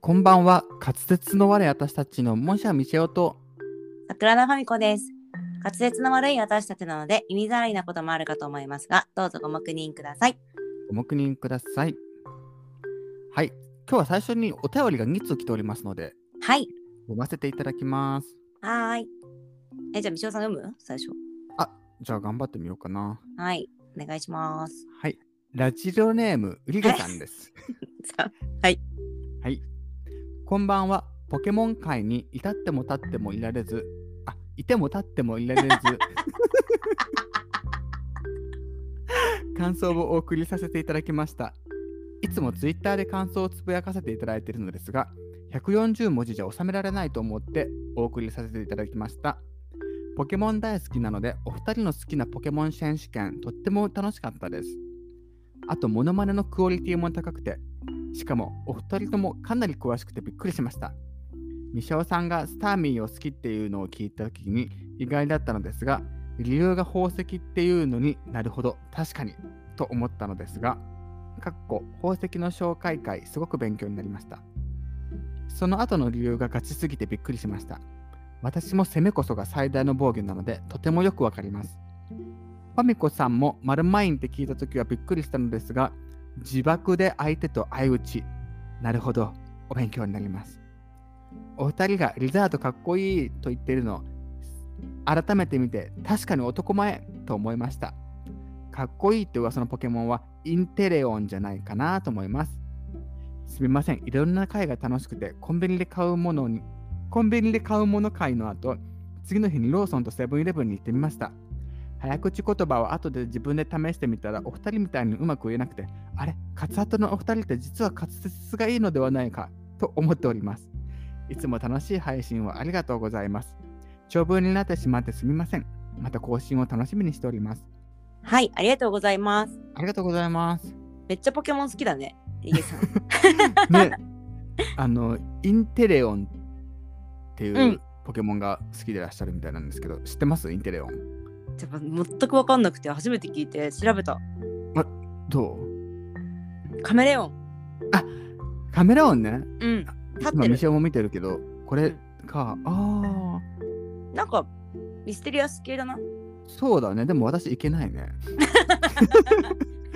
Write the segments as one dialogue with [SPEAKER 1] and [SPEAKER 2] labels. [SPEAKER 1] こんばんは、滑舌の悪い私たちのモンシャミシェオと、
[SPEAKER 2] 桜田ファミコです。滑舌の悪い私たちなので、意味ざらいなこともあるかと思いますが、どうぞご黙認ください。
[SPEAKER 1] ご黙認ください。はい、今日は最初にお便りが2通来ておりますので、
[SPEAKER 2] はい。
[SPEAKER 1] 読ませていただきます。
[SPEAKER 2] はーい。え、じゃあ、みちおさん読む最初。
[SPEAKER 1] じゃあ頑張ってみようかな。
[SPEAKER 2] はい。お願いします。
[SPEAKER 1] はい、ラジオネーム、ウリゲさんです。
[SPEAKER 2] さ
[SPEAKER 1] はい、こんばんは、ポケモン界にいたっても立ってもいられず、あ、いても立ってもいられず、感想をお送りさせていただきました。いつもツイッターで感想をつぶやかせていただいているのですが、140文字じゃ収められないと思ってお送りさせていただきました。ポケモン大好きなので、お二人の好きなポケモン選手権、とっても楽しかったです。あと、モノマネのクオリティも高くて、しかもお二人ともかなり詳しくてびっくりしました。ミシャオさんがスターミーを好きっていうのを聞いた時に意外だったのですが、理由が宝石っていうのになるほど確かにと思ったのですが、かっこ宝石の紹介会すごく勉強になりました。その後の理由がガチすぎてびっくりしました。私も攻めこそが最大の防御なのでとてもよくわかります。ファミコさんもマルマインって聞いた時はびっくりしたのですが、自爆で相手と相打ち。なるほど、お勉強になります。お二人がリザードかっこいいと言っているのを改めて見て確かに男前と思いました。かっこいいって噂のポケモンはインテレオンじゃないかなと思います。すみません、いろんな回が楽しくてコンビニで買うものにコンビニで買うもの会の後、次の日にローソンとセブンイレブンに行ってみました。早口言葉を後で自分で試してみたらお二人みたいにうまく言えなくてあれ、カツアトのお二人って実は滑舌がいいのではないかと思っております。いつも楽しい配信をありがとうございます。長文になってしまってすみません。また更新を楽しみにしております。
[SPEAKER 2] あはい。ありがとうございます。
[SPEAKER 1] ありがとうござい ます。
[SPEAKER 2] めっちゃポケモン好きだね。リゲさん。
[SPEAKER 1] ね、あの、インテレオンっていう、
[SPEAKER 2] うん
[SPEAKER 1] ポケモンが好きでいらっしゃるみたいなんですけど、知ってますインテレオン。
[SPEAKER 2] ちょっと全くわかんなくて、初めて聞いて調べた。
[SPEAKER 1] どう
[SPEAKER 2] カメレオン。
[SPEAKER 1] カメラオンね。
[SPEAKER 2] うん。立っ
[SPEAKER 1] 今、
[SPEAKER 2] て
[SPEAKER 1] ミ
[SPEAKER 2] る
[SPEAKER 1] シ。ェオも見てるけど、これか。ああ、
[SPEAKER 2] なんか、ミステリアス系だな。
[SPEAKER 1] そうだね。でも私、いけないね。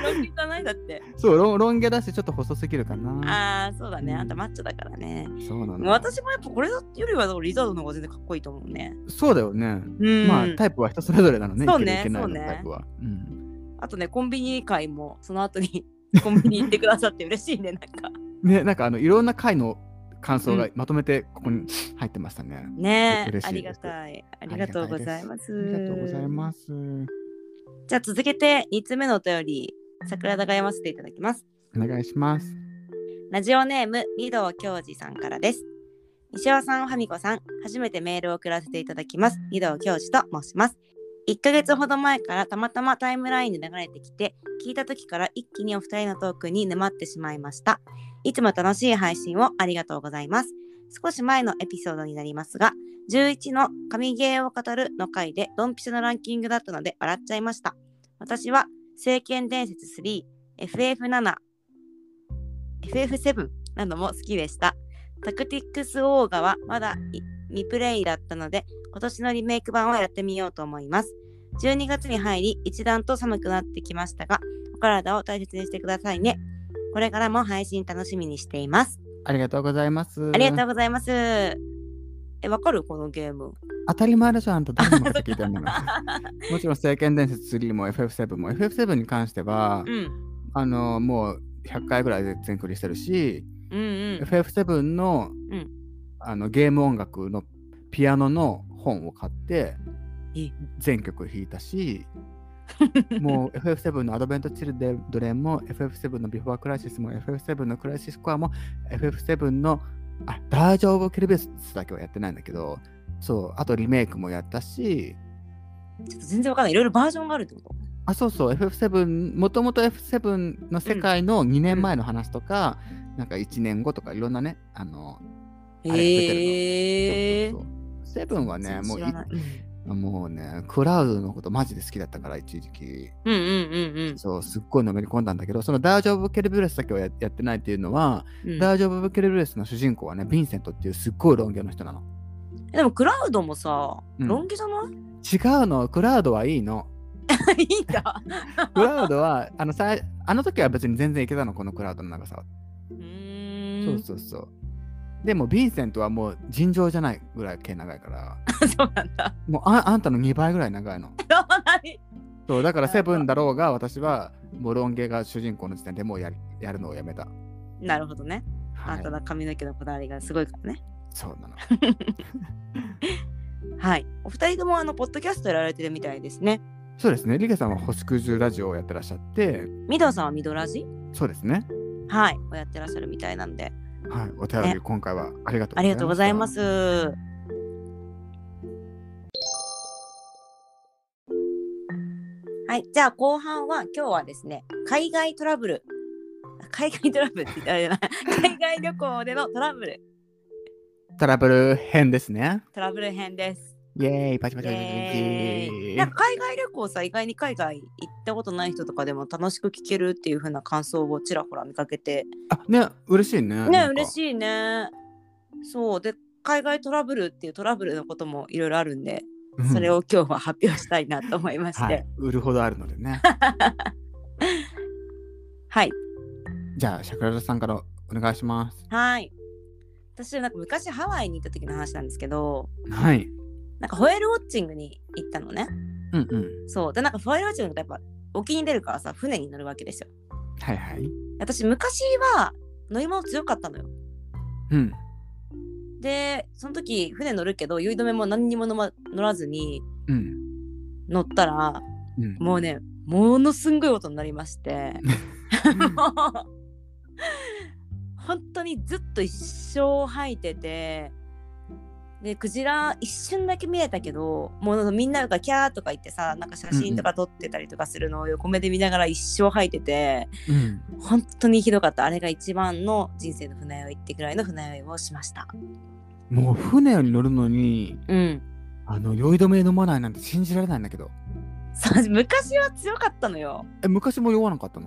[SPEAKER 2] ロングかないだって。
[SPEAKER 1] そう、ロンロン毛だし、ちょっと細すぎるかな。
[SPEAKER 2] ああ、そうだね。あんたマッチョだからね。
[SPEAKER 1] そうなの。
[SPEAKER 2] 私もやっぱこれよりはリザードの方が全然かっこいいと思うね。
[SPEAKER 1] そうだよね。
[SPEAKER 2] うん、
[SPEAKER 1] まあタイプは人それぞれなのね。
[SPEAKER 2] そうね
[SPEAKER 1] いけるいけないの
[SPEAKER 2] そうね
[SPEAKER 1] タイプは。うん
[SPEAKER 2] あとね、コンビニ会もその後に コンビニ行ってくださって嬉しいね、なんか。
[SPEAKER 1] ねなんかあのいろんな回の感想
[SPEAKER 2] う
[SPEAKER 1] が
[SPEAKER 2] ん
[SPEAKER 1] まとめてここに入ってましたね。
[SPEAKER 2] ね え、
[SPEAKER 1] 嬉
[SPEAKER 2] あ
[SPEAKER 1] し
[SPEAKER 2] り
[SPEAKER 1] いで
[SPEAKER 2] が
[SPEAKER 1] す
[SPEAKER 2] たい。ありがとうございます。。
[SPEAKER 1] ありがとうございますす。
[SPEAKER 2] じゃあ続けて2つ目のお便り、桜田が読ませていただきます。
[SPEAKER 1] お願いします。
[SPEAKER 2] ラジオネーム二堂教授さんからです。西尾さん、はみこさん、初めてメールを送らせていただきます。二堂教授と申します。1ヶ月ほど前からたまたまタイムラインで流れてきて、聞いた時から一気にお二人のトークに沼ってしまいました。いつも楽しい配信をありがとうございます。少し前のエピソードになりますが、11の神ゲーを語るの回でドンピシャのランキングだったので笑っちゃいました。私は、聖剣伝説3、FF7、FF7 なども好きでした。タクティックスオーガはまだい未プレイだったので、今年のリメイク版をやってみようと思います。12月に入り、一段と寒くなってきましたが、お体を大切にしてくださいね。これからも配信楽しみにしています。
[SPEAKER 1] ありがとうございます。
[SPEAKER 2] ありがとうございます。え、わかるこのゲーム。
[SPEAKER 1] 当たり前でしょあんた誰に任せて聞いてんだ から。もちろん聖剣伝説3も FF7 も FF7 に関しては、
[SPEAKER 2] うん。
[SPEAKER 1] あのもう100回ぐらいで全クリしてるし、
[SPEAKER 2] うんうん。
[SPEAKER 1] FF7 の,、
[SPEAKER 2] うん
[SPEAKER 1] あのゲーム音楽のピアノの本を買って
[SPEAKER 2] え
[SPEAKER 1] 全曲弾いた しもう FF7 のアドベント・チルドレンも FF7 のビフォー・クライシスも FF7 のクライシスコアも FF7 のあ大丈夫キルベスだけはやってないんだけどそうあとリメイクもやったし
[SPEAKER 2] ちょっと全然わかんない。いろいろバージョンがあるってこと
[SPEAKER 1] あそうそう FF7 もともと F7 の世界の2年前の話とか、なんか1年後とかいろんなねあのあれ出てるの
[SPEAKER 2] へえ
[SPEAKER 1] そうそうそうセブンはね、もうい
[SPEAKER 2] 知らないうん
[SPEAKER 1] もうね、クラウドのことマジで好きだったから、一時期。
[SPEAKER 2] うんうんうんうん
[SPEAKER 1] そう、すっごいのめり込んだんだけど、そのダージョブ・ケルブレスだけはややってないっていうのは、
[SPEAKER 2] うん。
[SPEAKER 1] ダージョブ・ケルブレスの主人公はね、ヴィンセントっていうすっごいロン毛の人なの。
[SPEAKER 2] でもクラウドもさ、
[SPEAKER 1] うん
[SPEAKER 2] ロン毛じゃない
[SPEAKER 1] 違うの、クラウドはいい の。
[SPEAKER 2] いいんだ。
[SPEAKER 1] クラウドは、あのさいあの時は別に全然いけたの、このクラウドの長さは。
[SPEAKER 2] う
[SPEAKER 1] そう
[SPEAKER 2] ーん。
[SPEAKER 1] そうそう。でも、ヴィンセントはもう尋常じゃないぐらい毛長いから、
[SPEAKER 2] そうなんだ。
[SPEAKER 1] もうああんたの2倍ぐらい長いの。
[SPEAKER 2] そうなんだ
[SPEAKER 1] そうだから
[SPEAKER 2] なる
[SPEAKER 1] セ
[SPEAKER 2] ほ
[SPEAKER 1] ブ
[SPEAKER 2] ど
[SPEAKER 1] ンだろうが私はもうロン毛が主人公の時点でもうやりやるのをやめた。
[SPEAKER 2] なるほどね。あ
[SPEAKER 1] は
[SPEAKER 2] ん
[SPEAKER 1] い
[SPEAKER 2] た、の髪の毛のこだわりがすごいからね。
[SPEAKER 1] そうなの。
[SPEAKER 2] はい。お二人ともあのポッドキャストやられてるみたいですね。
[SPEAKER 1] そうですね。リケさんは星屑ラジオをやってらっしゃって、
[SPEAKER 2] ミドさんはミドラジ
[SPEAKER 1] そうですね。
[SPEAKER 2] はい。をやってらっしゃるみたいなんで。
[SPEAKER 1] はい、お便り、今回はありがとうございました。
[SPEAKER 2] ありがとうございま。す。はい、じゃあ後半は今日はですね、海外トラブル。あ海外トラブルって言ったらあれ だな海外旅行でのトラブル、
[SPEAKER 1] トラブル編ですね。
[SPEAKER 2] トラブル編です。
[SPEAKER 1] イェーイ、パチパ
[SPEAKER 2] イ
[SPEAKER 1] チパチパチパ
[SPEAKER 2] エーイなん
[SPEAKER 1] チ。
[SPEAKER 2] か海外旅行さ、意外に海外行ったことない人とかでも楽しく聞けるっていう風な感想をちらほら見かけて、
[SPEAKER 1] あ、ね、嬉しいね。
[SPEAKER 2] ね、嬉
[SPEAKER 1] い。
[SPEAKER 2] しいね。そう、で、海外トラブルっていうトラブルのこともいろいろあるんで、
[SPEAKER 1] うん
[SPEAKER 2] それ。を今日は発表したいなと思いまして。
[SPEAKER 1] は
[SPEAKER 2] はい
[SPEAKER 1] い、、売るほどあるのでね。
[SPEAKER 2] はい。
[SPEAKER 1] じゃあ、シャクララさんからお願いします。
[SPEAKER 2] 私なんか昔ハワイに行った時の話なんですけど、
[SPEAKER 1] はい。
[SPEAKER 2] なんかホエールウォッチングに行ったのね。
[SPEAKER 1] うんうん。
[SPEAKER 2] そう。で、なんかホエールウォッチングってやっぱ沖に出るからさ、船に乗るわけですよ。
[SPEAKER 1] はいはい。
[SPEAKER 2] 私昔は乗り物強かったのよ。
[SPEAKER 1] うん。
[SPEAKER 2] で、その時船乗るけど、酔い止めも何にも飲ま乗らずに
[SPEAKER 1] うん。
[SPEAKER 2] 乗ったら、
[SPEAKER 1] うん。
[SPEAKER 2] もうね、ものすんごい音になりまして、もう 本当にずっと一生吐いてて、で、クジラ一瞬だけ見えたけど、もうみんながキャーとか言ってさ、なんか写真とか撮ってたりとかするのを横目で見ながら一生吐いてて、
[SPEAKER 1] うん。
[SPEAKER 2] 本当にひどかった。あれが一番の人生の船酔いってぐらいの船酔いをしました。
[SPEAKER 1] もう船に乗るのに、
[SPEAKER 2] うん。
[SPEAKER 1] あの酔い止め飲まないなんて信じられないんだけど。
[SPEAKER 2] そう昔は強かったのよ。
[SPEAKER 1] え、昔も酔わなかったの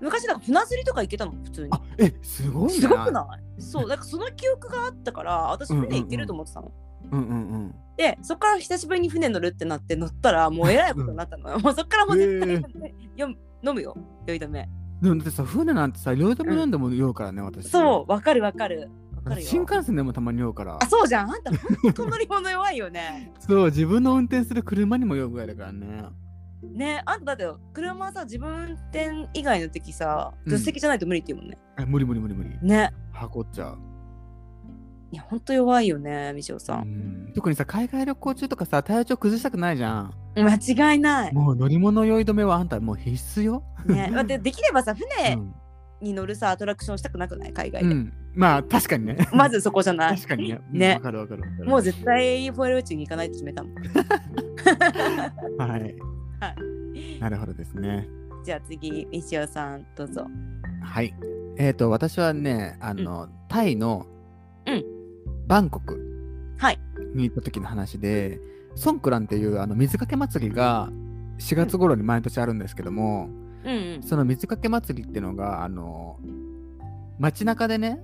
[SPEAKER 2] 昔なんか船釣りとか行けたもん、普通に。
[SPEAKER 1] あ、え、すごいね。
[SPEAKER 2] すごくないそうだからその記憶があったから私
[SPEAKER 1] うんうんうん
[SPEAKER 2] 船行けると思ってたの、
[SPEAKER 1] うんうん
[SPEAKER 2] でそこから久しぶりに船乗るってなって乗っ たらもうえらいことになったのよ、もうそこからもう絶対、
[SPEAKER 1] へ
[SPEAKER 2] よ飲むよ酔い止め
[SPEAKER 1] うん。でもだってさ、船なんてさ、酔い止め飲んでも酔うからね、私。
[SPEAKER 2] そうわかるわかるわかるよ
[SPEAKER 1] 新幹線でもたまに酔うから
[SPEAKER 2] あ。そうじゃんあんた本当乗り物弱いよね
[SPEAKER 1] そう、自分の運転する車にも酔うぐらいだからね。
[SPEAKER 2] ねあんただって車さ自分運転以外の時さ
[SPEAKER 1] うん
[SPEAKER 2] 助手席じゃないと無理って言うもんね、
[SPEAKER 1] え、無理無理無理無理。
[SPEAKER 2] ね
[SPEAKER 1] 箱っちゃう。
[SPEAKER 2] いや本当弱いよねみしおさ、
[SPEAKER 1] うんん特にさ、海外旅行中とかさ、体調崩したくないじゃん。
[SPEAKER 2] 間違い ない、
[SPEAKER 1] もう乗り物酔い止めはあんたもう必須よ。
[SPEAKER 2] ね、だってできればさ船
[SPEAKER 1] うん
[SPEAKER 2] に乗るさアトラクションしたくなくない海外
[SPEAKER 1] う
[SPEAKER 2] で、
[SPEAKER 1] ん。まあ、確かにね。
[SPEAKER 2] まずそこじゃない
[SPEAKER 1] 確かにね。うん
[SPEAKER 2] ね
[SPEAKER 1] わかるわかるわかる。
[SPEAKER 2] もう絶対フォイル宇宙に行かないって決めたもん。
[SPEAKER 1] はい。
[SPEAKER 2] は
[SPEAKER 1] なるほどですね。
[SPEAKER 2] じゃあ次、みしおさん、どうぞ。
[SPEAKER 1] はい。えっ、と、私はね、あの、タイの、
[SPEAKER 2] うん
[SPEAKER 1] バンコク
[SPEAKER 2] はい。
[SPEAKER 1] に行った時の話で、ソンクランっていうあの水かけ祭りが4月頃に毎年あるんですけども、
[SPEAKER 2] うんうん。
[SPEAKER 1] その水かけ祭りっていうのが、あの、街中でね、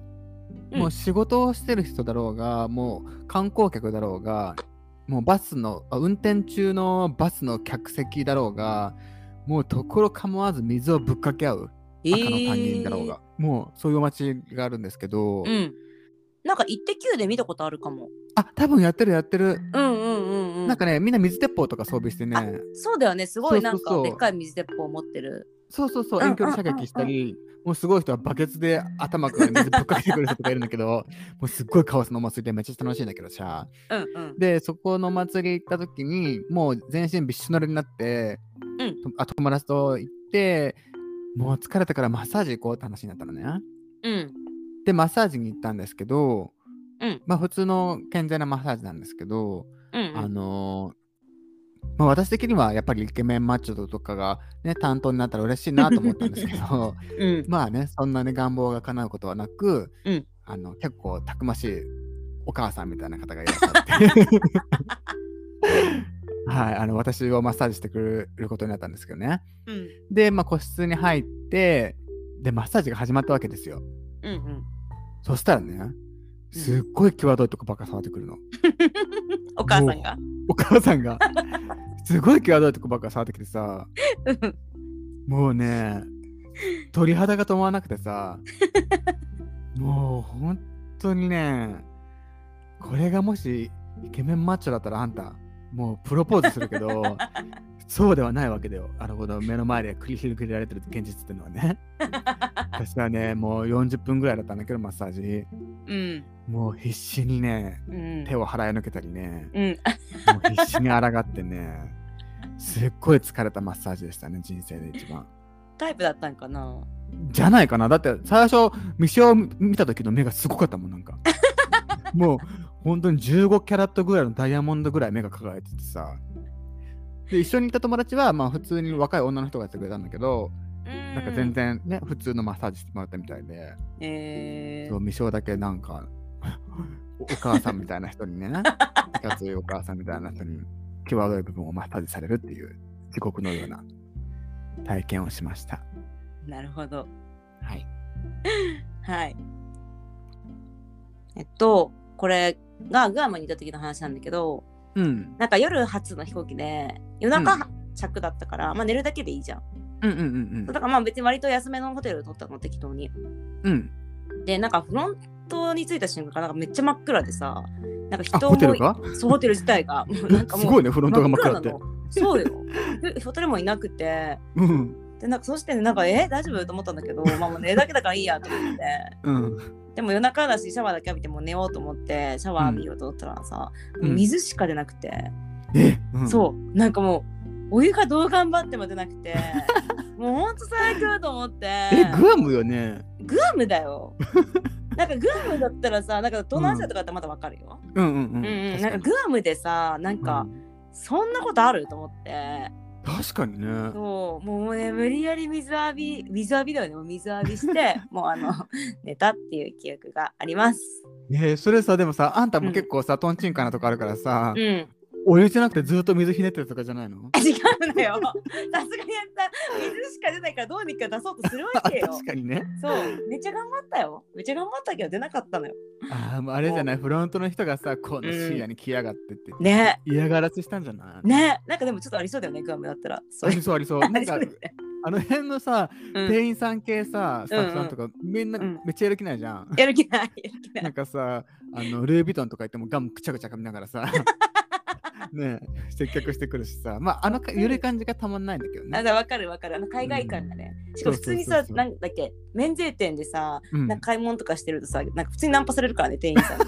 [SPEAKER 2] うん
[SPEAKER 1] もう仕事をしてる人だろうが、もう観光客だろうが、もうバスの、あ運転中のバスの客席だろうが、もうところ構わず水をぶっかけ合う。
[SPEAKER 2] え
[SPEAKER 1] 赤の担任だろうが、もうそういう街があるんですけど、
[SPEAKER 2] えーうん。なんか、イッテ Q で見たことあるかも。
[SPEAKER 1] あ多分やってるやってる、
[SPEAKER 2] うんうんうんうん。
[SPEAKER 1] なんかねみんな水鉄砲とか装備して
[SPEAKER 2] あ
[SPEAKER 1] ね
[SPEAKER 2] そうだよね。すごい
[SPEAKER 1] そ
[SPEAKER 2] な
[SPEAKER 1] うそうそう
[SPEAKER 2] んか、でっかい水鉄砲を持ってる。
[SPEAKER 1] そうそうそう
[SPEAKER 2] うん
[SPEAKER 1] 遠距離射撃したり、もうすごい人はバケツで頭から水ぶっかけてくる人とかいるんだけ どもうすっごいカオスのお祭りでめっちゃ楽しいんだけどさ
[SPEAKER 2] うんうん。
[SPEAKER 1] でそこのお祭り行った時にもう全身びっしょ濡れになって、
[SPEAKER 2] うん
[SPEAKER 1] とあ友達と行ってもう疲れたからマッサージ行こうって話になったのね。
[SPEAKER 2] うん。
[SPEAKER 1] でマッサージに行ったんですけど、
[SPEAKER 2] うん
[SPEAKER 1] まあ普通の健全なマッサージなんですけど、
[SPEAKER 2] うんう
[SPEAKER 1] あ
[SPEAKER 2] ん。
[SPEAKER 1] のーまあ、私的にはやっぱりイケメンマッチョとかが、ね、担当になったら嬉しいなと思ったんですけ ど
[SPEAKER 2] うん。
[SPEAKER 1] まあねそんなね願望が叶うことはなく、
[SPEAKER 2] うん
[SPEAKER 1] あの結構たくましいお母さんみたいな方がいらっしゃってはい、あの私をマッサージしてくれることになったんですけどね。
[SPEAKER 2] うん
[SPEAKER 1] で、まあ、個室に入って、で、マッサージが始まったわけですよ。
[SPEAKER 2] うんうん。
[SPEAKER 1] そしたらね、すっごい際どいとこばっか触ってくるの。
[SPEAKER 2] お母さんが。
[SPEAKER 1] お母さんが、すごい際どいとこばっか触ってきてさ、
[SPEAKER 2] うん
[SPEAKER 1] もうね、鳥肌が止まらなくてさ、もう本当にね、これがもしイケメンマッチョだったらあんた、もうプロポーズするけど、そうではないわけだよ。あの、この目の前で繰り広げられてる現実っていうのはね。私はね、もう40分ぐらいだったんだけど、マッサージ。
[SPEAKER 2] うん
[SPEAKER 1] もう必死にね、
[SPEAKER 2] うん
[SPEAKER 1] 手を払いのけたりね、
[SPEAKER 2] うん。
[SPEAKER 1] もう必死に抗ってね、すっごい疲れたマッサージでしたね、人生で一番。
[SPEAKER 2] タイプだったんかな。
[SPEAKER 1] じゃないかな。だって最初、ミシを見た時の目がすごかったもん、なんか。もう本当に15キャラットぐらいのダイヤモンドぐらい目が輝いててさ。で、一緒にいた友達は、まあ普通に若い女の人がやってくれたんだけど、な
[SPEAKER 2] な
[SPEAKER 1] んか全。然ね、普通のマッサージしてもらったみたいで、
[SPEAKER 2] え
[SPEAKER 1] そう、未章だけなん か、おお母さんみたいな人にね、いかついお母さんみたいな人に、際どい部分をマッサージされるっていう、地獄のような体験をしました。
[SPEAKER 2] ー、なるほど。
[SPEAKER 1] はい。
[SPEAKER 2] はい。えっと、これがグアムにいた時の話なんだけど、
[SPEAKER 1] うん。
[SPEAKER 2] なんか夜発の飛行機で、夜中着だったから、まあ寝るだけでいいじゃん。
[SPEAKER 1] うんうんうん
[SPEAKER 2] だからまあ別に割と安めのホテルを取ったの、適当に。
[SPEAKER 1] うん。うん。
[SPEAKER 2] で、なんかフロントに着いた瞬間、なんかめっちゃ真っ暗でさ、なんか人
[SPEAKER 1] あ、
[SPEAKER 2] も
[SPEAKER 1] ホテルが
[SPEAKER 2] そうホテル自体が。もうなんかもう
[SPEAKER 1] すごいね、フロントが真っ暗って
[SPEAKER 2] な。のそうよ。でホテルもいなくて、
[SPEAKER 1] うん。
[SPEAKER 2] でなんかそしてねなんかえ大丈夫と思ったんだけど、まあもう寝るだけだからいいやと思って。
[SPEAKER 1] うん。
[SPEAKER 2] でも夜中だしシャワーだけ浴びてもう寝ようと思ってシャワー浴びようと思ったらさ、
[SPEAKER 1] うん
[SPEAKER 2] 水しか出なくて、
[SPEAKER 1] え、うん
[SPEAKER 2] そうなんかもうお湯がどう頑張っても出なく てもうほんと最強と思って
[SPEAKER 1] え、グアムよね。
[SPEAKER 2] グアム だよなんかグアムだったらさなんか東南アジアとかだったらまだわかるよ、
[SPEAKER 1] うんうんう。
[SPEAKER 2] うんんうん、なんか
[SPEAKER 1] 確
[SPEAKER 2] グアムでさなん
[SPEAKER 1] か
[SPEAKER 2] か
[SPEAKER 1] に
[SPEAKER 2] そんなことあると思って
[SPEAKER 1] うん確かにね。
[SPEAKER 2] そうもうね無理やり水浴び水浴びだよねもう水浴びして もうあの寝たっていう記憶があります
[SPEAKER 1] え、それさ、でもさ、あんたも結構さ、トンチンカンなとこあるからさ
[SPEAKER 2] う、ん
[SPEAKER 1] お湯じゃなくてずっと水ひねってるとかじゃないの
[SPEAKER 2] 違うのよ。さすがにやった。水しか出ないからどうにか出そうとするわ
[SPEAKER 1] あ
[SPEAKER 2] けよ
[SPEAKER 1] 確。かにね。
[SPEAKER 2] そう。めっちゃ頑張ったよ。めっちゃ頑張ったけど出なかったのよ。
[SPEAKER 1] あーもうあれじゃない、フロントの人がさ、この深夜に来やがってって、
[SPEAKER 2] ね。
[SPEAKER 1] 嫌がらせしたんじゃない
[SPEAKER 2] ね。なんかでもちょっとありそうだよね、グアムだったら。そ
[SPEAKER 1] あ
[SPEAKER 2] ういう
[SPEAKER 1] り。そうありそう。
[SPEAKER 2] あ
[SPEAKER 1] なん
[SPEAKER 2] りそ
[SPEAKER 1] か
[SPEAKER 2] うだよね
[SPEAKER 1] あの辺のさ、
[SPEAKER 2] うん
[SPEAKER 1] 店員さん系さ、スタッフさんとか、みんな
[SPEAKER 2] うん
[SPEAKER 1] めっちゃやる気ないじゃん。
[SPEAKER 2] やる気ない。やる気な。
[SPEAKER 1] ないんかさ、あのルイ・ヴィトンとか言ってもガムくちゃくちゃ噛みながら さ、ねえ、接客してくるしさ、まあ、あのかゆるい感じがたまんないんだけど
[SPEAKER 2] あ
[SPEAKER 1] ね。
[SPEAKER 2] だわかるわかる。あの海外感がね。しかも普通に
[SPEAKER 1] そ
[SPEAKER 2] さ
[SPEAKER 1] う、そうそうそう
[SPEAKER 2] なんだっけ、免税店でさ、
[SPEAKER 1] うん
[SPEAKER 2] なんか買い物とかしてるとさ、なんか普通にナンパされるからね、店員 さんに。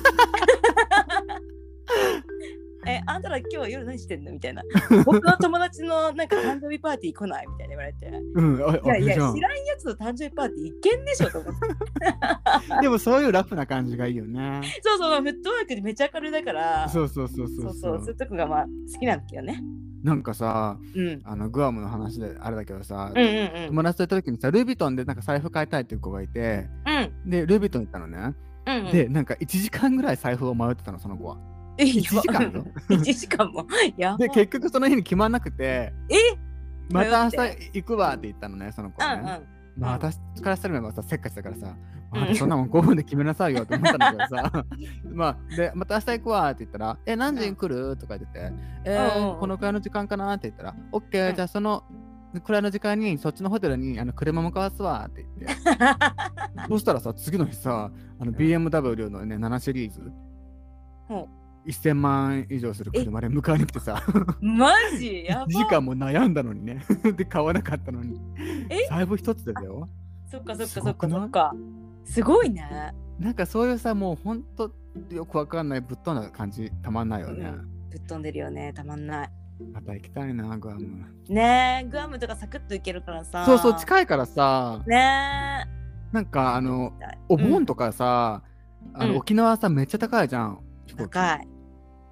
[SPEAKER 2] え、あんたら今日夜何してんのみたいな。僕の友達のなんか誕生日パーティー来ないみたいな言われて。
[SPEAKER 1] うん、あ
[SPEAKER 2] いや
[SPEAKER 1] あ
[SPEAKER 2] いや、
[SPEAKER 1] いい
[SPEAKER 2] 知
[SPEAKER 1] じゃ
[SPEAKER 2] らん
[SPEAKER 1] ん
[SPEAKER 2] やつの誕生日パーティーいけんでしょと思って。
[SPEAKER 1] でもそういうラフな感じがいいよね。
[SPEAKER 2] そうそう、フットワークでめちゃ明るいだから。
[SPEAKER 1] そうそうそう
[SPEAKER 2] そ
[SPEAKER 1] そうう
[SPEAKER 2] そ、
[SPEAKER 1] そうう
[SPEAKER 2] そういうとこがまあ好きなんだけどね。
[SPEAKER 1] なんかさ、
[SPEAKER 2] うん。うん
[SPEAKER 1] あのグアムの話であれだけどさ、
[SPEAKER 2] うんうん。
[SPEAKER 1] 友達と行った時にさ、ルイ・ヴィトンでなんか財布買いたいっていう子がいて、
[SPEAKER 2] うん
[SPEAKER 1] で、ルイ・ヴィトン行ったのね。
[SPEAKER 2] うんうん、
[SPEAKER 1] で、なんか1時間ぐらい財布を迷ってたの、その子は。
[SPEAKER 2] え
[SPEAKER 1] 1時間 よ。
[SPEAKER 2] 1時間も。やば
[SPEAKER 1] で、
[SPEAKER 2] い。
[SPEAKER 1] 結局その日に決まんなくて、
[SPEAKER 2] え
[SPEAKER 1] また明日
[SPEAKER 2] 迷
[SPEAKER 1] 行くわって言ったのね、その子
[SPEAKER 2] う
[SPEAKER 1] はね。
[SPEAKER 2] んうん。
[SPEAKER 1] まあ
[SPEAKER 2] うん
[SPEAKER 1] 私からしたらまたせっかちだからさ、
[SPEAKER 2] うん
[SPEAKER 1] あそんなもん5分で決めなさいよって思ったんだけど さ、まあ、で、また明日行くわって言ったら、え、何時に来るとか言ってて、え
[SPEAKER 2] うんうん
[SPEAKER 1] ー、このくらいの時間かなって言ったら、オッケ
[SPEAKER 2] う
[SPEAKER 1] ー、
[SPEAKER 2] ん
[SPEAKER 1] じゃあそのくらいの時間にそっちのホテルにあの車もかわすわって言って、そしたらさ、次の日さ、あの BMW のね、7シリーズ
[SPEAKER 2] ほ、
[SPEAKER 1] 1000万円以上する車で迎えに来てさ、
[SPEAKER 2] マジや ば
[SPEAKER 1] 時間も悩んだのにね、 で、買わなかったのに
[SPEAKER 2] え、
[SPEAKER 1] 財布一つでだよ。
[SPEAKER 2] そっかそっか
[SPEAKER 1] す
[SPEAKER 2] そっ
[SPEAKER 1] ご
[SPEAKER 2] か
[SPEAKER 1] くない
[SPEAKER 2] そっか。すごいね。
[SPEAKER 1] なんかそういうさもうほんとよくわかんないぶっ飛んだ感じたまんないよね、
[SPEAKER 2] ぶっ飛んでるよね。たまんない。
[SPEAKER 1] また行きたいなグアム
[SPEAKER 2] ねえ、グアムとかサクッといけるからさ。
[SPEAKER 1] そうそう
[SPEAKER 2] い。
[SPEAKER 1] 近いからさ
[SPEAKER 2] ねえ。
[SPEAKER 1] なんかあの
[SPEAKER 2] 痛い
[SPEAKER 1] お盆とかさ、あ
[SPEAKER 2] うん
[SPEAKER 1] の沖縄さめっちゃ高いじゃん飛行機
[SPEAKER 2] 高い。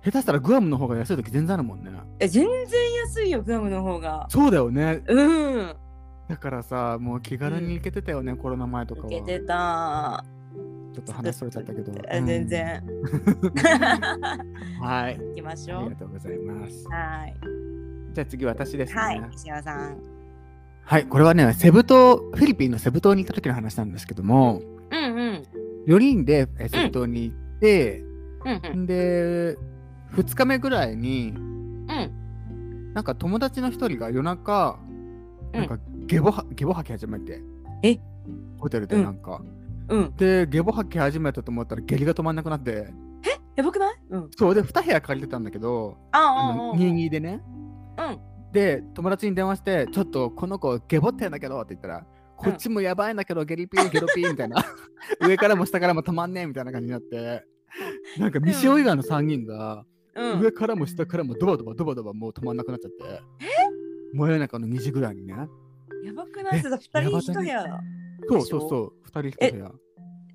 [SPEAKER 1] 下手したらグアムの方が安い時全然あるもんね
[SPEAKER 2] え、全然安いよ、グアムの方が。
[SPEAKER 1] そうだよね
[SPEAKER 2] うん。
[SPEAKER 1] だからさもう気軽に行けてたよね、コロナ前とか
[SPEAKER 2] 受
[SPEAKER 1] は
[SPEAKER 2] けてた。
[SPEAKER 1] ちょっと話それちゃったけど。
[SPEAKER 2] あ 全然。
[SPEAKER 1] うん。はい。
[SPEAKER 2] 行きまし
[SPEAKER 1] あ
[SPEAKER 2] ょ
[SPEAKER 1] り
[SPEAKER 2] う
[SPEAKER 1] が。とうございます。
[SPEAKER 2] はい。
[SPEAKER 1] じゃあ次私ですね。
[SPEAKER 2] はい。石原さん。
[SPEAKER 1] はい、これはね、セブ島、フィリピンのセブ島に行った時の話なんですけども、
[SPEAKER 2] うんうん。
[SPEAKER 1] 4人でえセブ島に行って、
[SPEAKER 2] うんうん。
[SPEAKER 1] で、2日目ぐらいに、
[SPEAKER 2] うん。
[SPEAKER 1] なんか友達の一人が夜中、
[SPEAKER 2] うん
[SPEAKER 1] なんかゲボはゲボ吐き始めて、
[SPEAKER 2] え
[SPEAKER 1] ホテルで
[SPEAKER 2] うん
[SPEAKER 1] なんか。
[SPEAKER 2] うん。
[SPEAKER 1] で、ゲボ吐き始めたと思ったら下痢が止まんなくなって、
[SPEAKER 2] やばくないうん。
[SPEAKER 1] そうで、2部屋借りてたんだけど、
[SPEAKER 2] あ
[SPEAKER 1] あ
[SPEAKER 2] あ、ああ
[SPEAKER 1] の
[SPEAKER 2] ああ。
[SPEAKER 1] 22でね。
[SPEAKER 2] うん
[SPEAKER 1] で、友達に電話して、ちょっとこの子ゲボってんだけどって言ったら、こっちもやばいんだけど、ゲリピー、ゲロピーみたい な、上からも下からも止まんねえみたいな感じになって、なんか未使用以外の3人が、
[SPEAKER 2] うん。
[SPEAKER 1] 上からも下からもドバドバドバドバもう止まんなくなっちゃって、真夜中の2時ぐらいにね。
[SPEAKER 2] やばくない
[SPEAKER 1] え
[SPEAKER 2] それ二人
[SPEAKER 1] やば
[SPEAKER 2] 一
[SPEAKER 1] くない
[SPEAKER 2] 部屋だ。
[SPEAKER 1] そう
[SPEAKER 2] でし
[SPEAKER 1] そ
[SPEAKER 2] ょ
[SPEAKER 1] うそう、2人1部屋。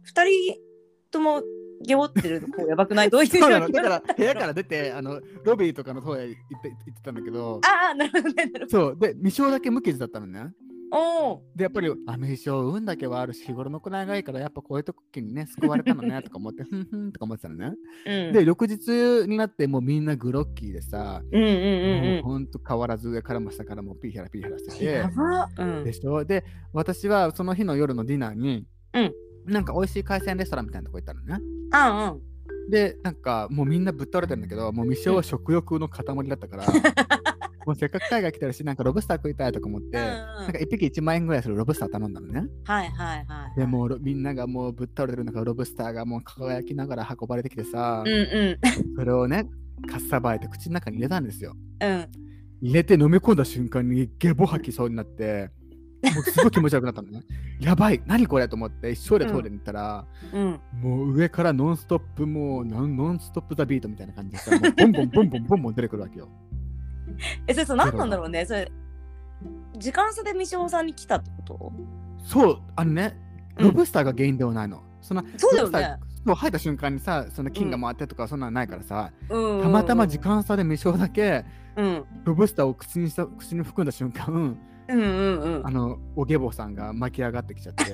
[SPEAKER 2] 二人ともゲボってるのこうやばくないどういう
[SPEAKER 1] そうなのだから
[SPEAKER 2] 状況
[SPEAKER 1] 部屋から出て、あのロビーとかの方へ行って行ってたんだけど、
[SPEAKER 2] ああ、なるほどね。なるほど
[SPEAKER 1] そう、で、未使用だけ無傷だったのね。
[SPEAKER 2] おお。
[SPEAKER 1] でやっぱりあの一生運だけはあるし日頃の行いがいいからやっぱこういう時にね救われたのねとか思ってふんふんとか思ってたのね。
[SPEAKER 2] うん。
[SPEAKER 1] で翌日になってもうみんなグロッキーでさ、
[SPEAKER 2] うんうん
[SPEAKER 1] もう
[SPEAKER 2] うん
[SPEAKER 1] ほんと変わらず上からも下からもピーヒャラピーヒャラして
[SPEAKER 2] うん。や
[SPEAKER 1] て。
[SPEAKER 2] ば。うん
[SPEAKER 1] で。しょで私はその日の夜のディナーに、
[SPEAKER 2] うん
[SPEAKER 1] なんか美味しい海鮮レストランみたいなとこ行ったのね。
[SPEAKER 2] あんうん。
[SPEAKER 1] でなんかもうみんなぶっ倒れてるんだけどもう未生は食欲の塊だったから もうせっかく海外来てるしなんかロブスター食いたいとか思って、
[SPEAKER 2] うん
[SPEAKER 1] な
[SPEAKER 2] うん
[SPEAKER 1] んか1匹1万円ぐらいするロブスター頼んだのね。
[SPEAKER 2] はいはいはい。
[SPEAKER 1] でもうロみんながもうぶっ倒れてる中ロブスターがもう輝きながら運ばれてきてさ、
[SPEAKER 2] うんう
[SPEAKER 1] それをねかっさばいて口の中に入れたんですよ
[SPEAKER 2] ん。うん。
[SPEAKER 1] 入れて飲み込んだ瞬間にゲボ吐きそうになってもうすごい気持ち悪くなったのね やばい何これと思って一生でトイレに行ったら、
[SPEAKER 2] うん。
[SPEAKER 1] もう上からノンストップもうノンノンストップザビートみたいな感じでさもうボンボンボンボンボンボン出てくるわけよ
[SPEAKER 2] え、それ、そう何なんだろうね。それ、時間差で三島さんに来たってこ
[SPEAKER 1] そうあのね
[SPEAKER 2] うん
[SPEAKER 1] ロブスターが原因ではないの、そんな
[SPEAKER 2] とそうだよ
[SPEAKER 1] ロブスター
[SPEAKER 2] ね。
[SPEAKER 1] そう吐いた瞬間にさその菌が回ってとかそんなのないからさ、
[SPEAKER 2] うん。
[SPEAKER 1] たまたま時。間差で未生だけ
[SPEAKER 2] うん。
[SPEAKER 1] ロブスターを口にした口に含んだ瞬間
[SPEAKER 2] うんうんうん。
[SPEAKER 1] あのおげぼさんが巻き上がってきちゃって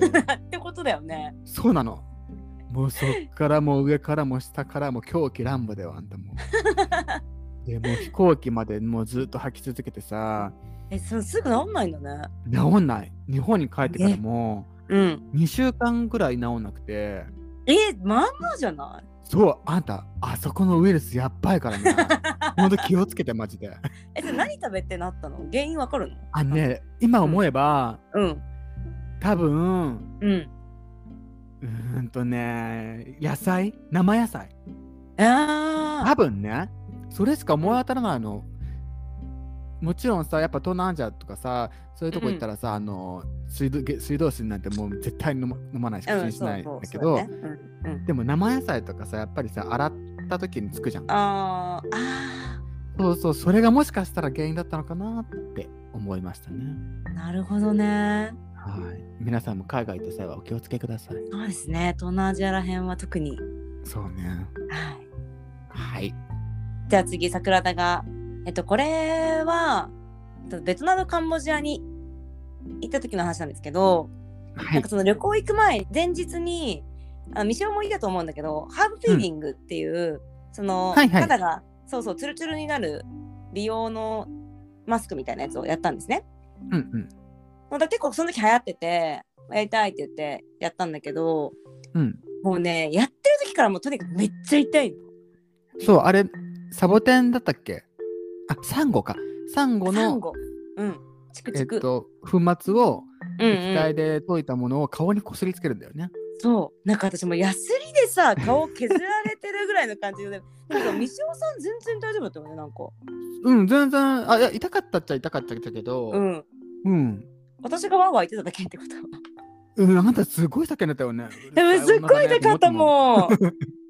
[SPEAKER 2] ってことだよね。
[SPEAKER 1] そうなのもうそっからもう上からも下からも狂気乱舞だよあんたも うでもう飛行機までもうずっと吐き続けてさ
[SPEAKER 2] え、それすぐ治んないんだね。
[SPEAKER 1] 治んない日本に帰ってからも
[SPEAKER 2] うん。
[SPEAKER 1] 2週間ぐらい治んなくて
[SPEAKER 2] え、まあまあじゃない
[SPEAKER 1] そうあんたあそこのウイルスやっばいからね ほんと気をつけてマジで
[SPEAKER 2] え、それ何食べてなったの原因わかるの
[SPEAKER 1] あのね今思えば、
[SPEAKER 2] うん。
[SPEAKER 1] 多分
[SPEAKER 2] うん。
[SPEAKER 1] うーんとね野菜生野菜
[SPEAKER 2] あ
[SPEAKER 1] 多分ねそれしか思い当たらないのもちろんさやっぱ東南アジアとかさそういうとこ行ったらさ、あの水道げ水道水なんてもう絶対に飲ま飲まないし
[SPEAKER 2] あ。
[SPEAKER 1] 口
[SPEAKER 2] う
[SPEAKER 1] に
[SPEAKER 2] ん、
[SPEAKER 1] し
[SPEAKER 2] そう
[SPEAKER 1] ないん
[SPEAKER 2] そ
[SPEAKER 1] だ
[SPEAKER 2] う
[SPEAKER 1] け
[SPEAKER 2] そう
[SPEAKER 1] ど、
[SPEAKER 2] だねうんうん
[SPEAKER 1] でも生野菜とかさやっぱりさ洗った時につくじゃん
[SPEAKER 2] あーあ
[SPEAKER 1] そうそうそれがもしかしたら原因だったのかなって思いましたね
[SPEAKER 2] ー、なるほどね。
[SPEAKER 1] はい皆さんも海外行った際はお気をつけください
[SPEAKER 2] そうですね。東南アジアらへんは特に。
[SPEAKER 1] そうねは
[SPEAKER 2] はい。
[SPEAKER 1] い
[SPEAKER 2] じゃあ次桜田がえっとこれはえっとベトナムカンボジアに行った時の話なんですけど、
[SPEAKER 1] は
[SPEAKER 2] なん
[SPEAKER 1] い
[SPEAKER 2] かその旅行行く前前日にあミシオもいいだと思うんだけどハーブフィーリングっていう、その、
[SPEAKER 1] はいはい
[SPEAKER 2] 肌がそうそうツルツルになる美容のマスクみたいなやつをやったんですね。
[SPEAKER 1] うんうん
[SPEAKER 2] まあだから結構その時流行っててやりたいって言ってやったんだけど
[SPEAKER 1] うん
[SPEAKER 2] もうねやってる時からもうとにかくめっちゃ痛いの。
[SPEAKER 1] そう、あれ、サボテンだったっけあ、サンゴか。サンゴ
[SPEAKER 2] サン
[SPEAKER 1] の、
[SPEAKER 2] ゴうんチク
[SPEAKER 1] えっ
[SPEAKER 2] チク。
[SPEAKER 1] と、粉末を
[SPEAKER 2] うんうん
[SPEAKER 1] 液体で溶いたものを顔にこすりつけるんだよね。
[SPEAKER 2] そうなんか私もヤスリでさ顔削られてるぐらいの感じでなんか三島さん全然大丈夫だったよねなんか
[SPEAKER 1] うん、全然、あ、いや、痛かったっちゃ痛かったけど、
[SPEAKER 2] うん
[SPEAKER 1] うん。
[SPEAKER 2] 私がワーワー言ってただけってこと
[SPEAKER 1] うん、あんたすごい叫んでたよね。
[SPEAKER 2] でもすっごい痛かった
[SPEAKER 1] ん。
[SPEAKER 2] もん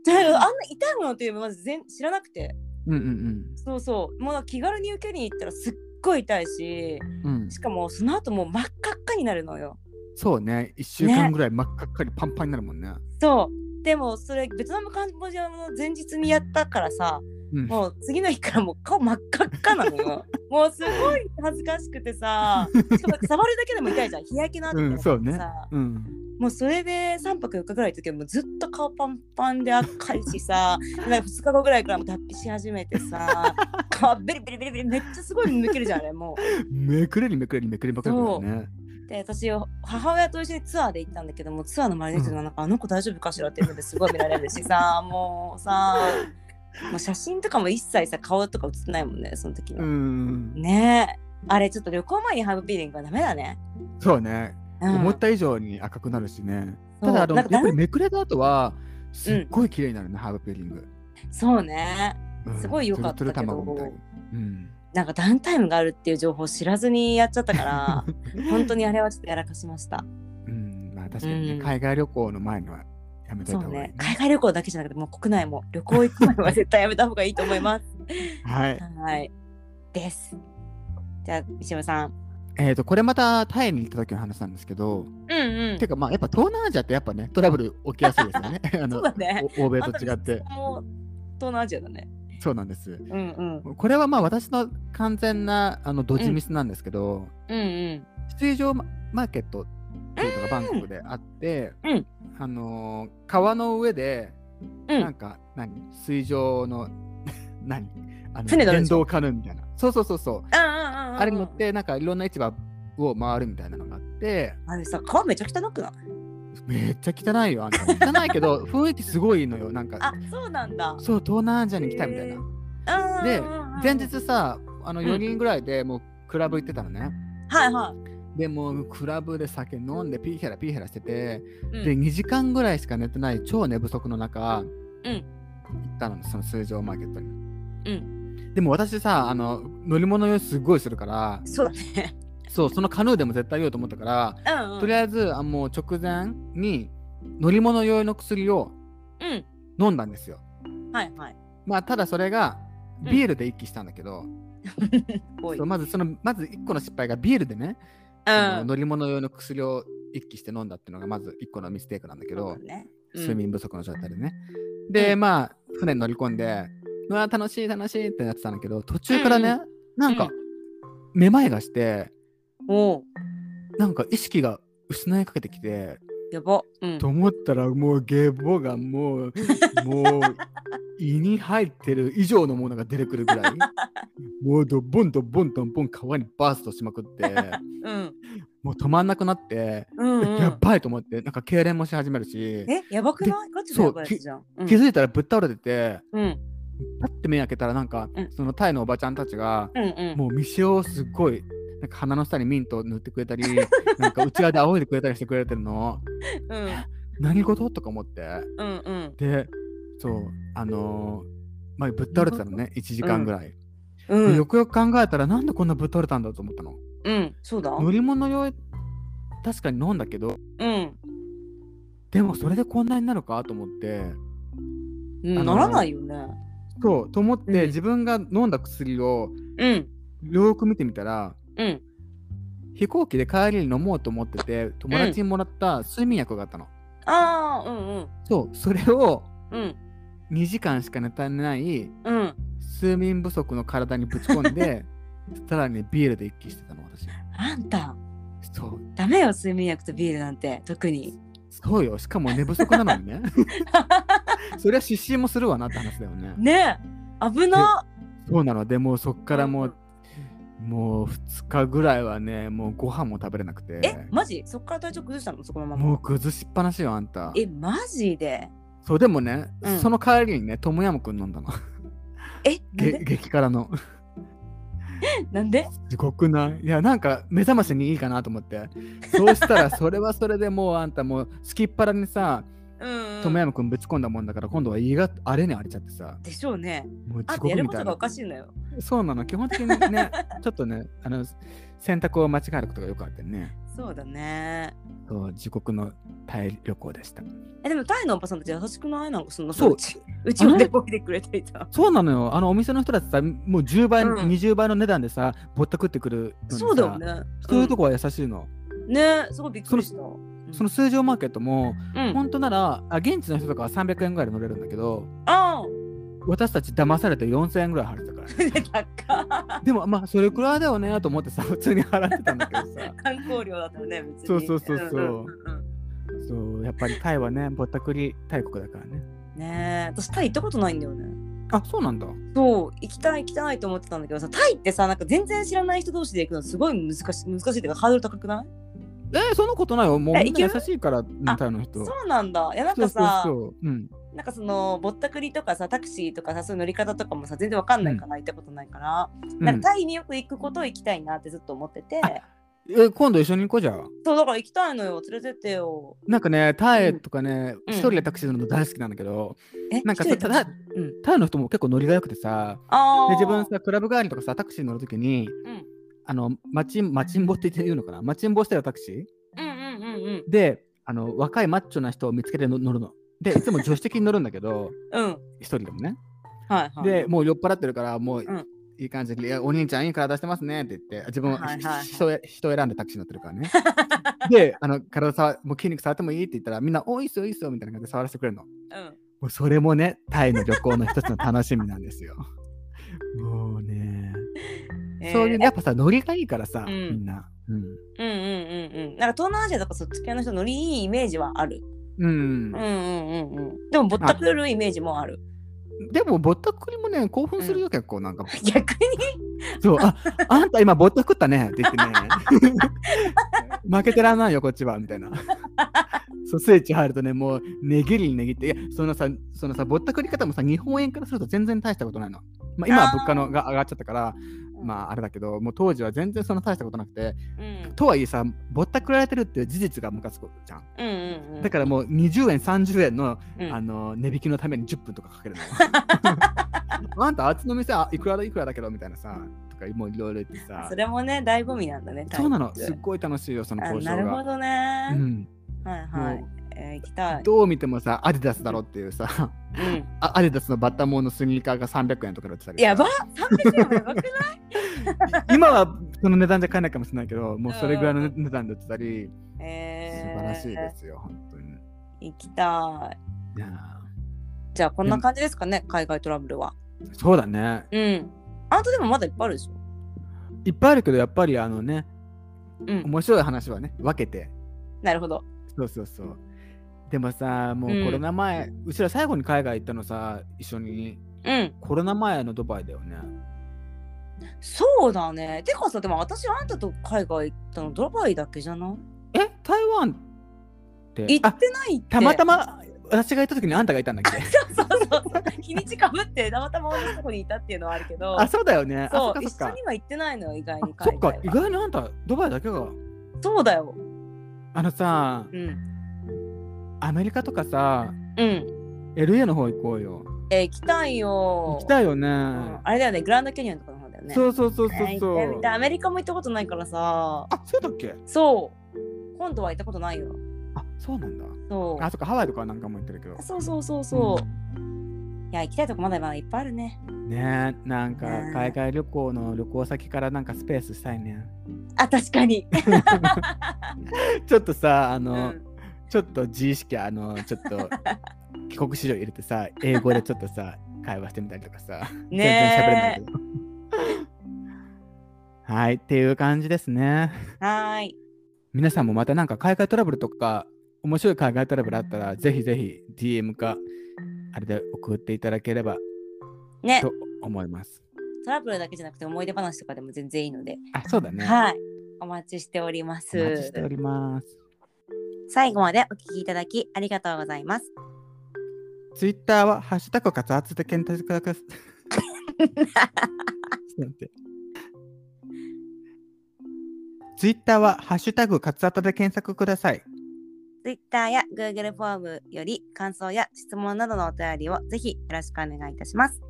[SPEAKER 2] であんな痛いものっていうのまず全知らなくて
[SPEAKER 1] うんうん
[SPEAKER 2] そうそうもう気軽に受けに行ったらすっごい痛いし
[SPEAKER 1] うん。うん、
[SPEAKER 2] しかもその後もう真っ赤っかになるのよ
[SPEAKER 1] そうね、1週間ぐらい真っ赤っかにパンパンになるもんね。
[SPEAKER 2] そうでもそれベトナムカンボジアの前日にやったからさ
[SPEAKER 1] うん
[SPEAKER 2] もう次の日からもう顔真っ赤っかなの よもうすごい恥ずかしくてさしかも触るだけでも痛いじゃん日焼けの跡とか
[SPEAKER 1] うんそうね
[SPEAKER 2] さ
[SPEAKER 1] うん
[SPEAKER 2] もうそれで3泊4日ぐらいの時はもうずっと顔パンパンで赤いしさなんか2日後ぐらいからもう脱皮し始めて さ皮ベリベリベリベリめっちゃすごい抜けるじゃんあれも
[SPEAKER 1] めくれにめくれにめくればかりだよね。
[SPEAKER 2] うで私母親と一緒にツアーで行ったんだけどもツアーの周りの人がなんか、あの子大丈夫かしらっていうのですごい見られる しさもうさもう写真とかも一切さ顔とか写ってないもんねその時
[SPEAKER 1] う
[SPEAKER 2] の、
[SPEAKER 1] ん、
[SPEAKER 2] ねえあれちょっと旅行前にハグピーリングはダメだね、
[SPEAKER 1] そうね、
[SPEAKER 2] うん
[SPEAKER 1] 思った以上に赤くなるしね。
[SPEAKER 2] そう
[SPEAKER 1] ただあの、
[SPEAKER 2] な
[SPEAKER 1] や
[SPEAKER 2] ん
[SPEAKER 1] っ
[SPEAKER 2] か
[SPEAKER 1] ぱりめくれた後は、すっごい綺麗になるね、ハーブペーリング。
[SPEAKER 2] そうね
[SPEAKER 1] うん
[SPEAKER 2] すごい良かったけど
[SPEAKER 1] トゥルトゥル卵みたいに。うん。
[SPEAKER 2] なんかダウンタイムがあるっていう情報を知らずにやっちゃったから 本当にあれはちょっとやらかしました
[SPEAKER 1] うん、まあ確かにね、
[SPEAKER 2] うん
[SPEAKER 1] 海外旅行の前にはやめとい
[SPEAKER 2] そ
[SPEAKER 1] た
[SPEAKER 2] う
[SPEAKER 1] 方がいい、
[SPEAKER 2] ね海外旅行だけじゃなくてもう国内も旅行行く前は絶対やめた方がいいと思います
[SPEAKER 1] はい。
[SPEAKER 2] はいですじゃあ三島さん
[SPEAKER 1] えっ、と、これまたタイに行った時の話なんですけど、
[SPEAKER 2] うんうん
[SPEAKER 1] ていうかまあやっぱ東南アジアってやっぱね、トラブル起きやすいですよね。あ
[SPEAKER 2] そうだね
[SPEAKER 1] お欧米と違って。
[SPEAKER 2] もう東南アジアだね
[SPEAKER 1] そうなんです。
[SPEAKER 2] うんうん
[SPEAKER 1] これはまあ私の完全なあのドジミスなんですけど、
[SPEAKER 2] うんうん
[SPEAKER 1] 水上ママーケットっていうのがバンコクであって、
[SPEAKER 2] うん
[SPEAKER 1] あのー川の上で、
[SPEAKER 2] うん
[SPEAKER 1] なんか何水上の 何あの
[SPEAKER 2] 船乗る
[SPEAKER 1] 電
[SPEAKER 2] でしょ
[SPEAKER 1] 動カヌーみたいなそうそうそうそう、
[SPEAKER 2] あ
[SPEAKER 1] あれ乗ってなんかいろんな市場を回るみたいなのがあって
[SPEAKER 2] あれさ顔めちゃ汚くない
[SPEAKER 1] めっちゃ汚いよあんた汚い けど雰囲気すごいのよなん
[SPEAKER 2] あ
[SPEAKER 1] か
[SPEAKER 2] そうなんだ
[SPEAKER 1] そう東南アジアに来たみたいなで前日さあの
[SPEAKER 2] うん
[SPEAKER 1] 4人ぐらいでもうクラブ行ってたのね、
[SPEAKER 2] はいは
[SPEAKER 1] でもうクラブで酒飲んでピーヘラピーヘラしてて、
[SPEAKER 2] い、うん
[SPEAKER 1] で2時間ぐらいしか寝てない超寝不足の中、
[SPEAKER 2] うん
[SPEAKER 1] 行ったのその水上マーケットに、うん、でも私さあの乗り物酔いすごいするから
[SPEAKER 2] そうだね
[SPEAKER 1] そうそのカヌーでも絶対言おうと思ったから、
[SPEAKER 2] うんうん
[SPEAKER 1] とりあえずあもう直前に乗り物酔いの薬を
[SPEAKER 2] う
[SPEAKER 1] 飲んだんですよ
[SPEAKER 2] んはいはい
[SPEAKER 1] まあただそれがビールで一気したんだけど、
[SPEAKER 2] おい
[SPEAKER 1] そうまずそのまず1個の失敗がビールでね、あの乗り物用の薬を一気して飲んだっていうのがまず1個のミステイクなんだけど、
[SPEAKER 2] そうだねうん
[SPEAKER 1] 睡眠不足の状態でね。で、まあ、船に乗り込んで、うわ、楽しい、楽しいってなってたんだけど、途中からね、
[SPEAKER 2] うん
[SPEAKER 1] なんか、
[SPEAKER 2] うん
[SPEAKER 1] めまいがして、
[SPEAKER 2] おう
[SPEAKER 1] なんか意識が失いかけてきて、
[SPEAKER 2] やば、うん
[SPEAKER 1] と思ったら、もう、ゲボがも う、もう、胃に入ってる以上のものが出てくるぐ らい、もう、ドッボンドッボンドッボン、川にバーストしまくって、
[SPEAKER 2] うん
[SPEAKER 1] もう止まんなくなって、
[SPEAKER 2] うんうん、
[SPEAKER 1] やばいと思って、なんか痙攣もし始めるし、
[SPEAKER 2] えやばくないガチでやばいやつじゃんうん
[SPEAKER 1] 気づいたらぶっ倒れてて、
[SPEAKER 2] うん
[SPEAKER 1] パッて目開けたらなんか、
[SPEAKER 2] うん
[SPEAKER 1] そのタイのおばちゃんたちが、
[SPEAKER 2] うんうん
[SPEAKER 1] もう店をすっごいなんか鼻の下にミントを塗ってくれ たりなんか内側で仰いでくれたりしてくれてるの
[SPEAKER 2] うん
[SPEAKER 1] 何事とか思って
[SPEAKER 2] うんうん
[SPEAKER 1] でそうあのーまあぶっ倒れてたのね1時間ぐらい、
[SPEAKER 2] う
[SPEAKER 1] で
[SPEAKER 2] ん
[SPEAKER 1] よくよく考えたらなんでこんなぶっ倒れたんだと思ったの、
[SPEAKER 2] うんそうだ
[SPEAKER 1] 乗り物用確かに飲んだけど
[SPEAKER 2] うん
[SPEAKER 1] でもそれでこんなになるかと思って
[SPEAKER 2] うん
[SPEAKER 1] あの
[SPEAKER 2] ならないよね
[SPEAKER 1] そうと思って、
[SPEAKER 2] うん
[SPEAKER 1] 自分が飲んだ薬を
[SPEAKER 2] うん
[SPEAKER 1] よーく見てみたら
[SPEAKER 2] うん
[SPEAKER 1] 飛行機で帰りに飲もうと思ってて友達にもらった睡眠薬があったの、
[SPEAKER 2] ああうんうん
[SPEAKER 1] そうそれを
[SPEAKER 2] うん
[SPEAKER 1] 2時間しか寝たない
[SPEAKER 2] うん
[SPEAKER 1] 睡眠不足の体にぶち込ん でさらにビールで一気してたの私
[SPEAKER 2] あんた
[SPEAKER 1] そう
[SPEAKER 2] ダメよ睡眠薬とビールなんて 特に
[SPEAKER 1] そうよしかも寝不足なのに ねそりゃ失神もするわなって話だよね
[SPEAKER 2] ねえ危な
[SPEAKER 1] そうなのでもうそっからも
[SPEAKER 2] うん
[SPEAKER 1] う、もう2日ぐらいはねもうご飯も食べれなくて
[SPEAKER 2] えマジそっから体調崩したのそこのま
[SPEAKER 1] もう
[SPEAKER 2] ま
[SPEAKER 1] 崩しっぱなしよあんた
[SPEAKER 2] えマジで
[SPEAKER 1] そうでもね、
[SPEAKER 2] うん
[SPEAKER 1] その帰りにねトムヤムくん飲んだの
[SPEAKER 2] えなん
[SPEAKER 1] げ
[SPEAKER 2] で
[SPEAKER 1] 激辛の
[SPEAKER 2] なんです
[SPEAKER 1] ごくないいやなんか目覚ましにいいかなと思ってそうした らそれはそれでもうあんたもうすきっ腹にさ
[SPEAKER 2] うん
[SPEAKER 1] 友山くんぶち込んだもんだから今度は胃が荒れに荒れちゃってさ
[SPEAKER 2] でしょうね
[SPEAKER 1] もう
[SPEAKER 2] あ
[SPEAKER 1] 地
[SPEAKER 2] と
[SPEAKER 1] 獄
[SPEAKER 2] やる
[SPEAKER 1] み
[SPEAKER 2] こ
[SPEAKER 1] た
[SPEAKER 2] と
[SPEAKER 1] い
[SPEAKER 2] が
[SPEAKER 1] な
[SPEAKER 2] おかしいのよ
[SPEAKER 1] そうなの基本的にね ちょっとねあの選択を間違えることがよくあってね
[SPEAKER 2] そうだね
[SPEAKER 1] そう地獄のタイ旅行でした
[SPEAKER 2] えでもタイのおばさんたち優しくないなんかそんな
[SPEAKER 1] そう
[SPEAKER 2] うちうちまでボケてくれていた
[SPEAKER 1] そうなのよあのお店の人たちさもう10倍、
[SPEAKER 2] うん
[SPEAKER 1] 20倍の値段でさぼったくってくるのにさ
[SPEAKER 2] そうだよね
[SPEAKER 1] そういうとこは優しいの、
[SPEAKER 2] うんねすごいびっくりしたうん
[SPEAKER 1] その水上マーケットも
[SPEAKER 2] うん
[SPEAKER 1] 本当ならあ現地の人とかは300円ぐらいで乗れるんだけど
[SPEAKER 2] ああ
[SPEAKER 1] 私たち騙されて4000円ぐらい払ってたからね、
[SPEAKER 2] 高っ
[SPEAKER 1] でもまあそれくらいだよねと思ってさ普通に払ってたんだけどさ
[SPEAKER 2] 観光料だったよね別に
[SPEAKER 1] そうそうそうそうん
[SPEAKER 2] ん
[SPEAKER 1] そうやっぱりタイはねぼったくり大国だからね
[SPEAKER 2] うんねえ私タイ行ったことないんだよね
[SPEAKER 1] あそうなんだ
[SPEAKER 2] そう行きたい行きたいと思ってたんだけどさタイってさなんか全然知らない人同士で行くのすごい難しい難しいっていうかハードル高くない
[SPEAKER 1] えー、そんなことないよもう
[SPEAKER 2] え
[SPEAKER 1] みんな優
[SPEAKER 2] いける
[SPEAKER 1] しいから
[SPEAKER 2] あ
[SPEAKER 1] タイの人
[SPEAKER 2] そうなんだいやなんかさ
[SPEAKER 1] そうそうそううん
[SPEAKER 2] なんかそのぼったくりとかさタクシーとかさそういう乗り方とかもさ全然わかんないから、行ったことないから、なんかタイによく行くことを行きたいなってずっと思ってて
[SPEAKER 1] あうん、え今度一緒に行こうじゃん
[SPEAKER 2] そうだから行きたいのよ連れてってよ
[SPEAKER 1] なんかねタイとかね
[SPEAKER 2] うん
[SPEAKER 1] 一、人でタクシー乗るの大好きなんだけど、
[SPEAKER 2] え
[SPEAKER 1] なんか
[SPEAKER 2] 一人で
[SPEAKER 1] ただ
[SPEAKER 2] うん
[SPEAKER 1] タイの人も結構ノリが良くてさ
[SPEAKER 2] あ
[SPEAKER 1] で
[SPEAKER 2] ー
[SPEAKER 1] 自分さクラブ帰りとかさタクシー乗るときに
[SPEAKER 2] うん
[SPEAKER 1] あのマチンマチンボって言うのかなマチンボしてるタクシ
[SPEAKER 2] うんうんうんうん
[SPEAKER 1] ーであの若いマッチョな人を見つけての乗るのでいつも助手席に乗るんだけど
[SPEAKER 2] うん
[SPEAKER 1] 一人でもね
[SPEAKER 2] はいはい
[SPEAKER 1] でもう酔っ払ってるからもう、
[SPEAKER 2] うん
[SPEAKER 1] いい感じで「いやお兄ちゃんいい体してますね」って言って自分は
[SPEAKER 2] はいはいはい
[SPEAKER 1] 人へ人選んでタクシー乗ってるからね であの体触もう筋肉触ってもいいって言ったらみんな「おいいっすよいいっすよ」みたいな感じで触らせてくれるの
[SPEAKER 2] うん
[SPEAKER 1] もうそれもね、タイの旅行の一つの楽しみなんですよ。もうね、
[SPEAKER 2] えー
[SPEAKER 1] そういうねやっぱさ、ノリがいいからさ、
[SPEAKER 2] うん
[SPEAKER 1] みんな。うん。
[SPEAKER 2] うんうんうんうんなんか東南アジアとかそっち系の人乗りいいイメージはある
[SPEAKER 1] うん
[SPEAKER 2] うんうんうんうんでもぼったくるイメー ジもある
[SPEAKER 1] でも、ぼったくりもね、興奮するよ、結構、なんか。
[SPEAKER 2] 逆に
[SPEAKER 1] そう、あ、あんた今、ぼったくったねって言ってね。負けてらんないよ、こっちは、みたいな。そう、スイッチ入るとね、もう、ねぎりにねぎって、いや、そのさ、そのさ、ぼったくり方もさ、日本円からすると全然大したことないの。まあ、今は物価のが上がっちゃったから、まあ、あれだけど、もう当時は全然そんな大したことなくて、
[SPEAKER 2] うん
[SPEAKER 1] とはいえさぼったくられてるっていう事実がムカつくじゃん
[SPEAKER 2] うんうんうん
[SPEAKER 1] だからもう20円30円の,、
[SPEAKER 2] うん
[SPEAKER 1] あの値引きのために10分とかかける のあんたあっちの店はいくらだいくらだけどみたいなさとかもういろいろ言ってさ
[SPEAKER 2] それもね醍醐味なんだね
[SPEAKER 1] そうなの
[SPEAKER 2] タイ
[SPEAKER 1] すっ
[SPEAKER 2] プ
[SPEAKER 1] ごい楽しいよその
[SPEAKER 2] あ
[SPEAKER 1] 交
[SPEAKER 2] な
[SPEAKER 1] 渉
[SPEAKER 2] るほ
[SPEAKER 1] が、
[SPEAKER 2] ど
[SPEAKER 1] う
[SPEAKER 2] ね、
[SPEAKER 1] ん、
[SPEAKER 2] はいはい
[SPEAKER 1] も
[SPEAKER 2] えー行きたい、
[SPEAKER 1] どう見てもさアディダスだろっていうさ
[SPEAKER 2] うん、
[SPEAKER 1] あアディダスのバッタモンのスニーカーが300円とかで売ってたりさ
[SPEAKER 2] やば300円もや ばくない
[SPEAKER 1] 今はその値段じゃ買えないかもしれないけ どもうそれぐらいの値段で売ってたり素
[SPEAKER 2] えー
[SPEAKER 1] 晴らしいですよ本当に
[SPEAKER 2] 行きたい
[SPEAKER 1] いや
[SPEAKER 2] じゃあこんな感じですかね海外トラブルは
[SPEAKER 1] ーそうだね
[SPEAKER 2] うんあなたでもまだいっぱいあるでしょ
[SPEAKER 1] いっぱいあるけどやっぱりあのね
[SPEAKER 2] うん
[SPEAKER 1] 面白い話はね分けて
[SPEAKER 2] なるほど
[SPEAKER 1] そうそうそうでもさも
[SPEAKER 2] うん
[SPEAKER 1] うコロナ前、うちら最後に海外行ったのさ一緒に
[SPEAKER 2] うん
[SPEAKER 1] コロナ前のドバイだよね
[SPEAKER 2] そうだねてかさでも私あんたと海外行ったのドバイだけじゃな
[SPEAKER 1] え台湾って
[SPEAKER 2] い行
[SPEAKER 1] あ
[SPEAKER 2] ってないって
[SPEAKER 1] たまた
[SPEAKER 2] ま
[SPEAKER 1] ま私が行った時にあんたがいたんだっけ
[SPEAKER 2] そうそうそう日にちかぶってたまたま同じとこにいたっていうのはあるけど
[SPEAKER 1] あそうだよね
[SPEAKER 2] そう
[SPEAKER 1] あそっかそっ
[SPEAKER 2] 一緒
[SPEAKER 1] か
[SPEAKER 2] には行ってないのよ意外
[SPEAKER 1] あ
[SPEAKER 2] に
[SPEAKER 1] そっ
[SPEAKER 2] 海外
[SPEAKER 1] か
[SPEAKER 2] は
[SPEAKER 1] 意外にあんたドバイだけが
[SPEAKER 2] そうだよ
[SPEAKER 1] あのさ
[SPEAKER 2] うん
[SPEAKER 1] アメリカとかさ
[SPEAKER 2] うん
[SPEAKER 1] LA の方行こうよ
[SPEAKER 2] えー行きたいよ
[SPEAKER 1] 行きたいよね、
[SPEAKER 2] うんあれだよねグランドキャニオンとかの方だよね
[SPEAKER 1] そうそうそうそ
[SPEAKER 2] えー
[SPEAKER 1] う
[SPEAKER 2] 行
[SPEAKER 1] そ
[SPEAKER 2] ってみ
[SPEAKER 1] う
[SPEAKER 2] たいアメリカも行ったことないからさ
[SPEAKER 1] あそうだっけ
[SPEAKER 2] そう今度は行ったことないよ
[SPEAKER 1] あそうなんだ
[SPEAKER 2] そう
[SPEAKER 1] あそっかハワイとかはなんかも行ってるけど
[SPEAKER 2] そうそうそうそう、いや行きたいとこまだまだいっぱいあるね
[SPEAKER 1] ねえなんか
[SPEAKER 2] ねえ
[SPEAKER 1] 海外旅行の旅行先からなんかスペースしたいね
[SPEAKER 2] あ確かに、
[SPEAKER 1] ちょっとさあ
[SPEAKER 2] う
[SPEAKER 1] の、
[SPEAKER 2] ん
[SPEAKER 1] ちょっと自意識あのちょっと 帰国子女入れてさ英語でちょっとさ会話してみたりとかさ、全
[SPEAKER 2] ね
[SPEAKER 1] 然喋れないけど はいっていう感じですね
[SPEAKER 2] えはーい
[SPEAKER 1] 皆さんもまたなんか海外トラブルとか面白い海外トラブルあったらぜひぜひ DM かあれで送っていただければ
[SPEAKER 2] ね
[SPEAKER 1] と思います
[SPEAKER 2] トラブルだけじゃなくて思い出話とかでも全然いいので、
[SPEAKER 1] あそうだね
[SPEAKER 2] はいお待ちしておりま
[SPEAKER 1] お
[SPEAKER 2] す
[SPEAKER 1] 待ちしております
[SPEAKER 2] 最後までお聞きいただきありがとうございます
[SPEAKER 1] ツイッターはハッシュタグ活発で検討してください。ちょっと待ってツイッターはハッシュタグ活発で検索ください。
[SPEAKER 2] Twitter や Google フォームより感想や質問などのお便りをぜひよろしくお願いいたします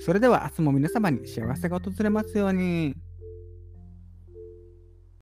[SPEAKER 1] それでは明日も皆様に幸せが訪れますように。